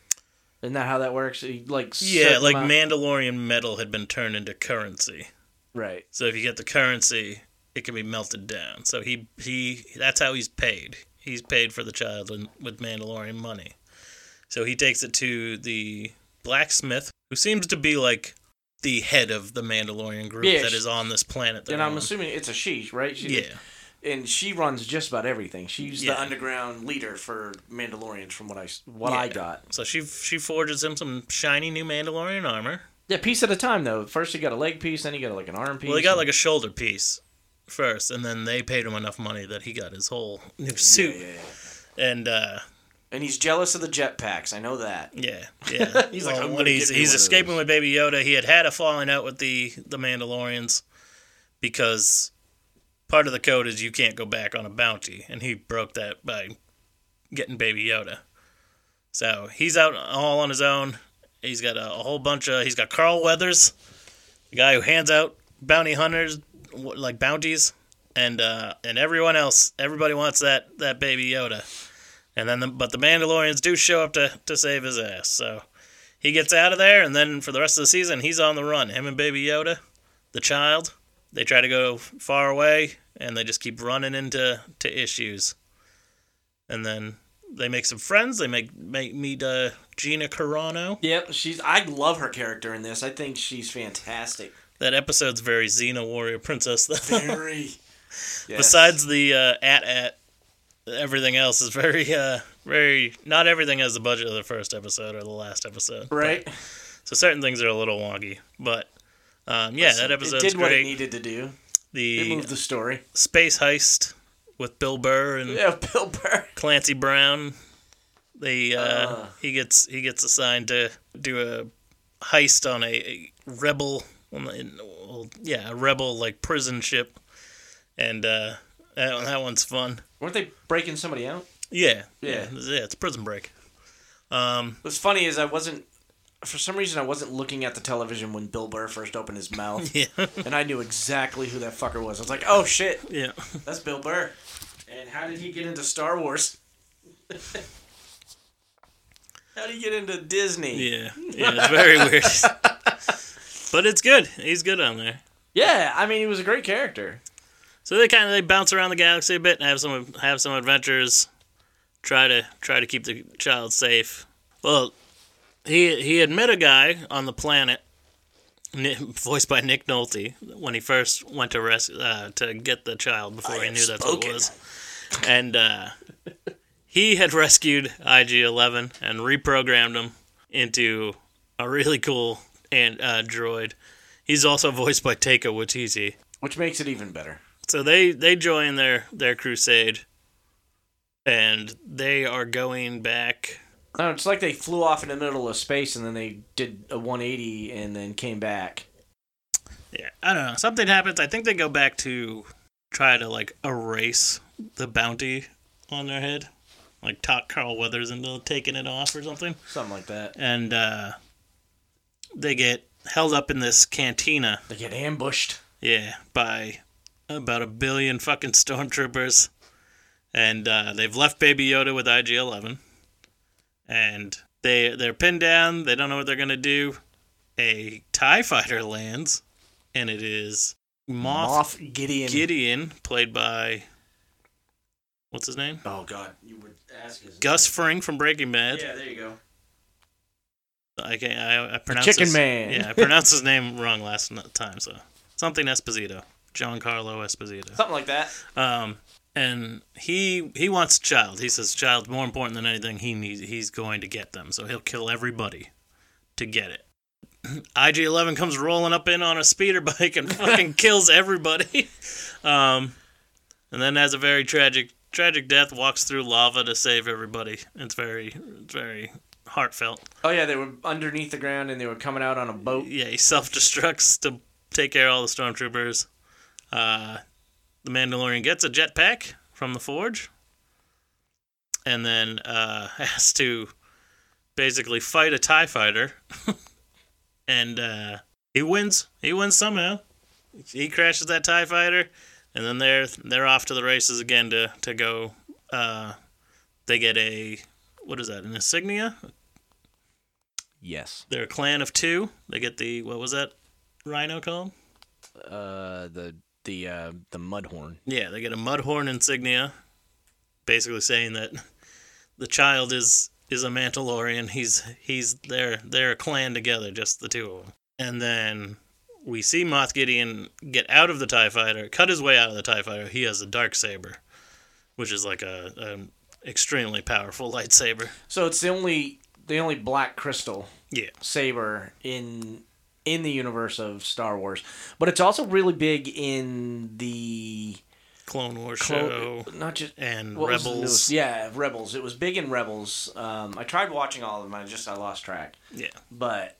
Speaker 3: Isn't that how that works? He, like
Speaker 2: yeah,
Speaker 3: certain
Speaker 2: like
Speaker 3: amount-
Speaker 2: Mandalorian metal had been turned into currency.
Speaker 3: right.
Speaker 2: So if you get the currency, it can be melted down. So he he that's how he's paid. He's paid for the child in, with Mandalorian money. So he takes it to the blacksmith, who seems to be like the head of the Mandalorian group
Speaker 3: Yeah,
Speaker 2: that
Speaker 3: she-
Speaker 2: is on this planet. they're
Speaker 3: And I'm
Speaker 2: on.
Speaker 3: assuming it's a she, right? She,
Speaker 2: yeah,
Speaker 3: And she runs just about everything. She's
Speaker 2: Yeah.
Speaker 3: the underground leader for Mandalorians, from what I s- what I
Speaker 2: Yeah.
Speaker 3: got.
Speaker 2: so she she forges him some shiny new Mandalorian armor.
Speaker 3: Yeah, piece at a time though. First he got a leg piece, then he got like an arm piece.
Speaker 2: Well, he got like a shoulder piece first, and then they paid him enough money that he got his whole new suit.
Speaker 3: yeah, yeah.
Speaker 2: And uh,
Speaker 3: And he's jealous of the jetpacks. I know that.
Speaker 2: Yeah, yeah.
Speaker 3: He's like, "I'm
Speaker 2: when
Speaker 3: gonna
Speaker 2: he's
Speaker 3: get me
Speaker 2: he's
Speaker 3: one of
Speaker 2: escaping
Speaker 3: those."
Speaker 2: with Baby Yoda. He had had a falling out with the the Mandalorians because part of the code is you can't go back on a bounty, and he broke that by getting Baby Yoda. So he's out all on his own. He's got a, a whole bunch of. He's got Carl Weathers, the guy who hands out bounty hunters wh- like bounties, and uh, and everyone else. Everybody wants that that Baby Yoda. And then, the, but the Mandalorians do show up to, to save his ass. So he gets out of there, and then for the rest of the season, he's on the run. Him and Baby Yoda, the child, they try to go far away, and they just keep running into to issues. And then they make some friends. They make, make meet uh, Gina Carano.
Speaker 3: Yep, she's. I love her character in this. I think she's fantastic.
Speaker 2: That episode's very Xena Warrior Princess, though.
Speaker 3: Very. Yes.
Speaker 2: Besides the uh, at at, everything else is very uh very not everything has the budget of the first episode or the last episode.
Speaker 3: Right.
Speaker 2: So certain things are a little wonky, but um, yeah, that episode's
Speaker 3: It did
Speaker 2: great.
Speaker 3: what it needed to do. It
Speaker 2: the
Speaker 3: moved the story.
Speaker 2: space heist with Bill Burr and
Speaker 3: Yeah, Bill Burr.
Speaker 2: Clancy Brown. They uh,
Speaker 3: Uh.
Speaker 2: he gets he gets assigned to do a heist on a, a rebel, on the- in- well, yeah, a rebel like prison ship, and uh, that, one- that one's fun.
Speaker 3: Weren't they breaking somebody out?
Speaker 2: Yeah,
Speaker 3: Yeah.
Speaker 2: yeah, yeah. It's Prison Break. Um,
Speaker 3: What's funny is I wasn't. For some reason, I wasn't looking at the television when Bill Burr first opened his mouth,
Speaker 2: yeah,
Speaker 3: and I knew exactly who that fucker was. I was like, "Oh shit,
Speaker 2: yeah.
Speaker 3: that's Bill Burr." And how did he get into Star Wars? how did he get into Disney?
Speaker 2: Yeah, yeah, it's very weird. but it's good. He's good on there.
Speaker 3: Yeah, I mean, he was a great character.
Speaker 2: So they kind of they bounce around the galaxy a bit and have some have some adventures. Try to try to keep the child safe. Well, he he had met a guy on the planet, Ni- voiced by Nick Nolte, when he first went to rescue uh, to get the child before he
Speaker 3: have
Speaker 2: knew that's what
Speaker 3: spoken.
Speaker 2: it was. And uh, he had rescued IG-11 and reprogrammed him into a really cool and uh, droid. He's also voiced by Taika Waititi.
Speaker 3: Which makes it even better.
Speaker 2: So they they join their their crusade, and they are going back.
Speaker 3: No, it's like they flew off in the middle of space and then they did a 180 and then came back.
Speaker 2: Yeah, I don't know. Something happens. I think they go back to try to like erase the bounty on their head, like talk Carl Weathers into taking it off or something.
Speaker 3: Something like that.
Speaker 2: And uh, they get held up in this cantina.
Speaker 3: They get ambushed.
Speaker 2: Yeah, by about a billion fucking stormtroopers. And uh, they've left Baby Yoda with IG 11. And they, they're pinned down. They don't know what they're going to do. A TIE fighter lands, and it is Moth
Speaker 3: Moff, Gideon.
Speaker 2: Gideon, played by. What's his name?
Speaker 3: Oh, God. You were asking.
Speaker 2: Gus Fring from Breaking Bad.
Speaker 3: Yeah, there you go.
Speaker 2: I can't. I, I pronounce
Speaker 3: Chicken
Speaker 2: his,
Speaker 3: Man.
Speaker 2: Yeah, I pronounced his name wrong last n- time. So something Esposito, Giancarlo Esposito.
Speaker 3: Something like that.
Speaker 2: Um, and he he wants a child. He says child's more important than anything. He needs. He's going to get them, so he'll kill everybody to get it. IG Eleven comes rolling up in on a speeder bike and fucking kills everybody. Um, and then has a very tragic tragic death. Walks through lava to save everybody. It's very it's very heartfelt.
Speaker 3: Oh, yeah, they were underneath the ground and they were coming out on a boat.
Speaker 2: Yeah, he self destructs to take care of all the stormtroopers. Uh, the Mandalorian gets a jetpack from the forge, and then uh, has to basically fight a Tie Fighter, and uh, he wins. He wins somehow. He crashes that Tie Fighter, and then they're they're off to the races again to to go. Uh, they get a what is that? An insignia?
Speaker 6: Yes.
Speaker 2: They're a clan of two. They get the what was that rhino called?
Speaker 6: Uh, the the uh, the mudhorn.
Speaker 2: Yeah, they get a mudhorn insignia, basically saying that the child is is a Mandalorian. He's he's they're they're a clan together, just the two of them. And then we see Moth Gideon get out of the Tie Fighter, cut his way out of the Tie Fighter. He has a dark saber, which is like a an extremely powerful lightsaber.
Speaker 3: So it's the only the only black crystal
Speaker 2: Yeah.
Speaker 3: saber in in the universe of Star Wars. But it's also really big in the
Speaker 2: Clone War
Speaker 3: clo-
Speaker 2: show
Speaker 3: not just
Speaker 2: and
Speaker 3: What was the
Speaker 2: Rebels.
Speaker 3: newest- yeah, Rebels. It was big in Rebels. Um, I tried watching all of them. I just I lost track.
Speaker 2: yeah.
Speaker 3: But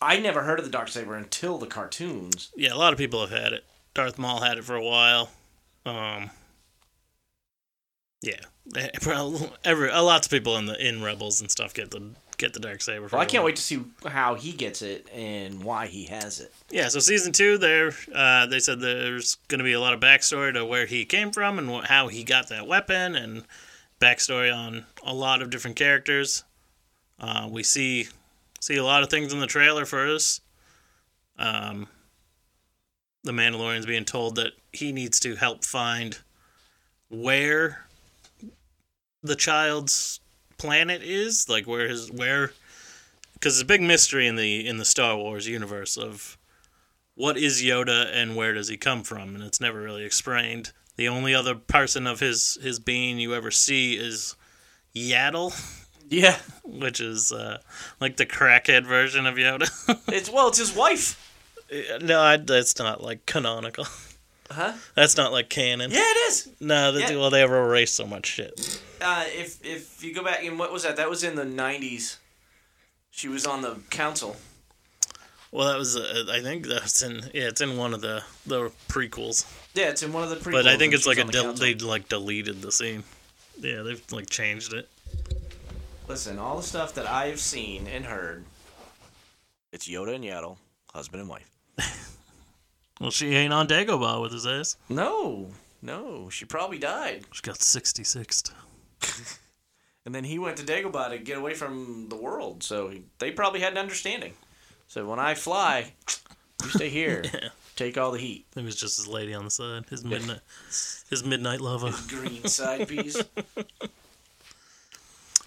Speaker 3: I never heard of the dark saber until the cartoons.
Speaker 2: Yeah, a lot of people have had it. Darth Maul had it for a while. Um, yeah, Eh, well, every uh, lots of people in the in Rebels and stuff get the get the dark saber. For
Speaker 3: Well, I
Speaker 2: a
Speaker 3: can't
Speaker 2: while.
Speaker 3: wait to see how he gets it and why he has it.
Speaker 2: Yeah, so season two, there uh, they said there's going to be a lot of backstory to where he came from and wh- how he got that weapon and backstory on a lot of different characters. Uh, we see see a lot of things in the trailer first. Um, the Mandalorian's being told that he needs to help find where the child's planet is, like where his where because it's a big mystery in the in the Star Wars universe of what is Yoda and where does he come from, and it's never really explained. The only other person of his his being you ever see is Yaddle,
Speaker 3: Yeah.
Speaker 2: which is uh, like the crackhead version of Yoda.
Speaker 3: It's well, it's his wife.
Speaker 2: no, I, that's not like canonical.
Speaker 3: Huh?
Speaker 2: That's not like canon.
Speaker 3: Yeah, it is.
Speaker 2: No, that,
Speaker 3: Yeah.
Speaker 2: well they ever erased so much shit.
Speaker 3: Uh, if if you go back and what was that? That was in the '90s. She was on the council.
Speaker 2: Well, that was uh, I think that's in yeah, it's in one of the the prequels.
Speaker 3: Yeah, it's in one of the prequels.
Speaker 2: But I think
Speaker 3: and
Speaker 2: it's
Speaker 3: she was
Speaker 2: like a
Speaker 3: on the
Speaker 2: del
Speaker 3: council.
Speaker 2: they like deleted the scene. Yeah, they've like changed it.
Speaker 3: Listen, all the stuff that I've seen and heard. It's Yoda and Yaddle, husband and wife.
Speaker 2: Well, she ain't on Dagobah with his ass.
Speaker 3: No, no, she probably died,
Speaker 2: She got 66th.
Speaker 3: and then he went to Dagobah to get away from the world. So he, they probably had an understanding. So when I fly, you stay here, take all the heat.
Speaker 2: It was just his lady on the side. His midnight, his midnight lover.
Speaker 3: Green side piece.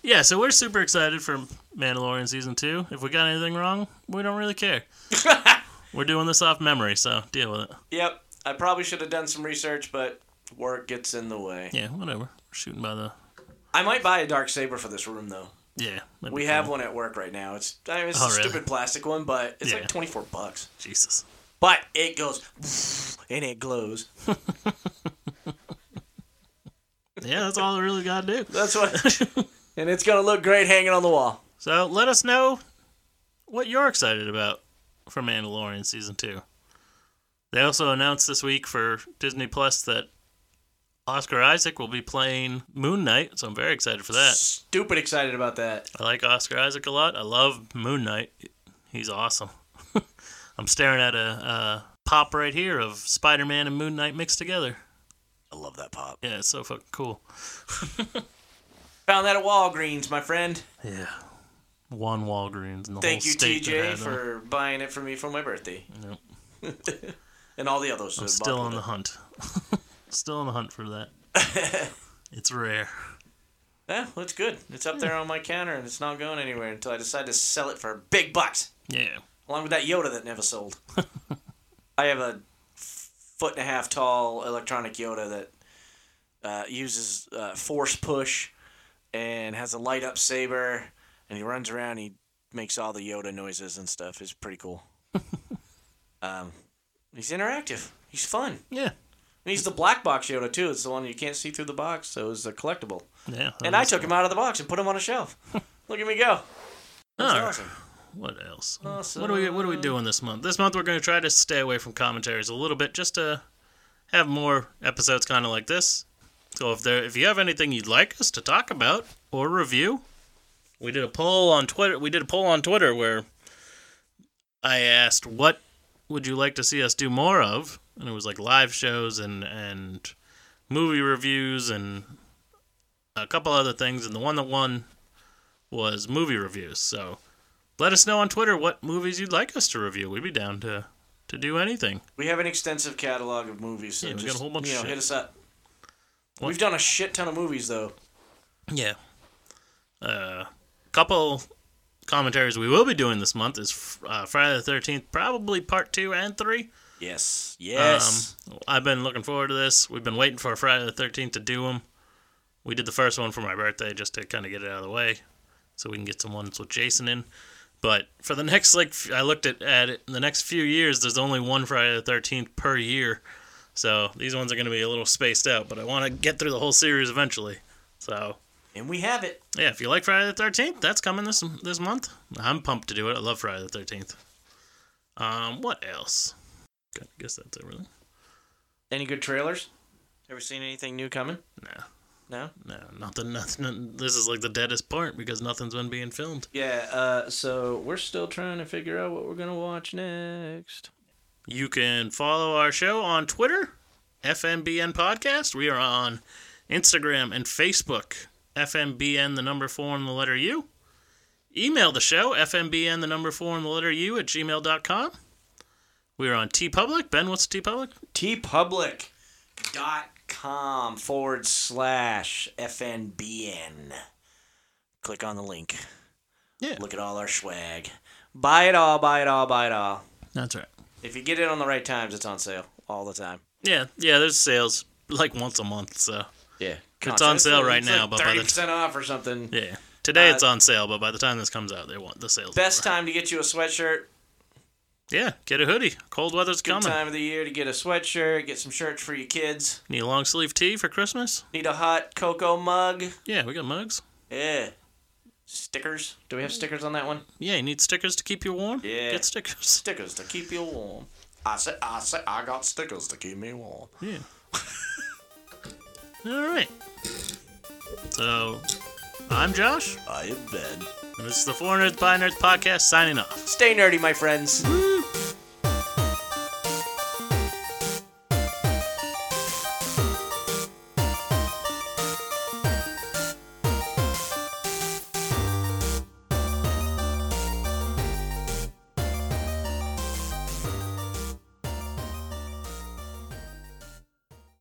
Speaker 2: Yeah, so we're super excited for Mandalorian season two. If we got anything wrong, we don't really care. we're doing this off memory, so deal with it.
Speaker 3: Yep. I probably should have done some research, but work gets in the way.
Speaker 2: Yeah, whatever. We're shooting by the.
Speaker 3: I might buy a dark saber for this room though.
Speaker 2: Yeah, that'd
Speaker 3: We
Speaker 2: be
Speaker 3: have
Speaker 2: cool.
Speaker 3: one at work right now. It's I mean, it's
Speaker 2: Oh,
Speaker 3: a
Speaker 2: really?
Speaker 3: stupid plastic one, but it's
Speaker 2: Yeah.
Speaker 3: like twenty four bucks.
Speaker 2: Jesus.
Speaker 3: But it goes and it glows.
Speaker 2: Yeah, that's all we really gotta do.
Speaker 3: That's what. and it's gonna look great hanging on the wall.
Speaker 2: So let us know what you're excited about for Mandalorian season two. They also announced this week for Disney Plus that Oscar Isaac will be playing Moon Knight, so I'm very excited for that.
Speaker 3: Stupid excited about that.
Speaker 2: I like Oscar Isaac a lot. I love Moon Knight. He's awesome. I'm staring at a, a pop right here of Spider Man and Moon Knight mixed together.
Speaker 3: I love that pop.
Speaker 2: Yeah, it's so fucking cool.
Speaker 3: Found that at Walgreens, my friend.
Speaker 2: Yeah. One Walgreens in the
Speaker 3: Thank
Speaker 2: whole
Speaker 3: you,
Speaker 2: state that
Speaker 3: TJ,
Speaker 2: had uh, them.
Speaker 3: for buying it for me for my birthday. and all the others.
Speaker 2: I'm
Speaker 3: that
Speaker 2: still
Speaker 3: bought
Speaker 2: on
Speaker 3: with
Speaker 2: the hunt. still on the hunt for that. it's rare.
Speaker 3: Yeah, well, it's good. It's up there on my counter, and it's not going anywhere until I decide to sell it for big bucks,
Speaker 2: Yeah.
Speaker 3: along with that Yoda that never sold. I have a foot and a half tall electronic Yoda that uh, uses uh, force push and has a light up saber, and he runs around. He makes all the Yoda noises and stuff. It's pretty cool. um, he's interactive. He's fun.
Speaker 2: Yeah.
Speaker 3: And he's the black box Yoda too. It's the one you can't see through the box, so it's a collectible.
Speaker 2: Yeah.
Speaker 3: And I took him out of the box and put him on a shelf. Look at me go. That's
Speaker 2: Alright.
Speaker 3: awesome.
Speaker 2: What else?
Speaker 3: Awesome.
Speaker 2: What are we What are we doing this month? This month we're going to try to stay away from commentaries a little bit, just to have more episodes kind of like this. So if there, if you have anything you'd like us to talk about or review, we did a poll on Twitter. We did a poll on Twitter where I asked what would you like to see us do more of, and it was like live shows and and movie reviews and a couple other things. And the one that won was movie reviews. So let us know on Twitter what movies you'd like us to review. We'd be down to to do anything.
Speaker 3: We have an extensive catalog of movies. So
Speaker 2: Yeah, we got
Speaker 3: just,
Speaker 2: a whole bunch
Speaker 3: you
Speaker 2: of
Speaker 3: know,
Speaker 2: shit.
Speaker 3: hit us up.
Speaker 2: What-
Speaker 3: We've done a shit ton of movies though.
Speaker 2: Yeah. Uh, couple commentaries we will be doing this month is fr- uh, Friday the Thirteenth, probably part two and three.
Speaker 3: Yes.
Speaker 2: Um, I've been looking forward to this. We've been waiting for Friday the 13th to do them. We did the first one for my birthday just to kind of get it out of the way so we can get some ones with Jason in. But for the next, like, f- I looked at, at it, in the next few years, there's only one Friday the 13th per year. So these ones are going to be a little spaced out, but I want to get through the whole series eventually. So,
Speaker 3: and we have it.
Speaker 2: yeah, if you like Friday the 13th, that's coming this this month. I'm pumped to do it. I love Friday the 13th. Um, what else? I guess that's it, really.
Speaker 3: Any good trailers? Ever seen anything new coming?
Speaker 2: No.
Speaker 3: No.
Speaker 2: No, nothing, nothing. This is like the deadest part because nothing's been being filmed.
Speaker 3: Yeah. Uh, so we're still trying to figure out what we're gonna watch next.
Speaker 2: You can follow our show on Twitter, FMBN Podcast. We are on Instagram and Facebook, FMBN, the number four and the letter U. Email the show, FMBN, the number four and the letter U at gmail.com. We are on T Public. Ben, what's T Public?
Speaker 3: tpublic.com forward slash FNBN. Click on the link.
Speaker 2: Yeah.
Speaker 3: Look at all our swag. Buy it all, buy it all, buy it all.
Speaker 2: That's right.
Speaker 3: If you get it on the right times, it's on sale all the time.
Speaker 2: Yeah, yeah. There's sales like once a month, so
Speaker 3: Yeah,
Speaker 2: It's on sale right now, but by the t-
Speaker 3: thirty percent off or something.
Speaker 2: yeah. Today
Speaker 3: Uh,
Speaker 2: it's on sale, but by the time this comes out, they want the sales.
Speaker 3: Best
Speaker 2: over.
Speaker 3: time to get you a sweatshirt.
Speaker 2: Yeah, get a hoodie. Cold weather's
Speaker 3: Good
Speaker 2: coming.
Speaker 3: time of the year to get a sweatshirt. Get some shirts for your kids.
Speaker 2: Need a long sleeve tee for Christmas?
Speaker 3: Need a hot cocoa mug.
Speaker 2: Yeah, we got mugs.
Speaker 3: Yeah. Stickers. Do we have stickers on that one?
Speaker 2: Yeah, you need stickers to keep you warm.
Speaker 3: Yeah.
Speaker 2: get stickers.
Speaker 3: Stickers to keep you warm. I said, I said, I got stickers to keep me warm.
Speaker 2: Yeah. All right. So, I'm Josh,
Speaker 3: I am Ben.
Speaker 2: and this is the Four Nerds by Nerds podcast signing off.
Speaker 3: Stay nerdy, my friends.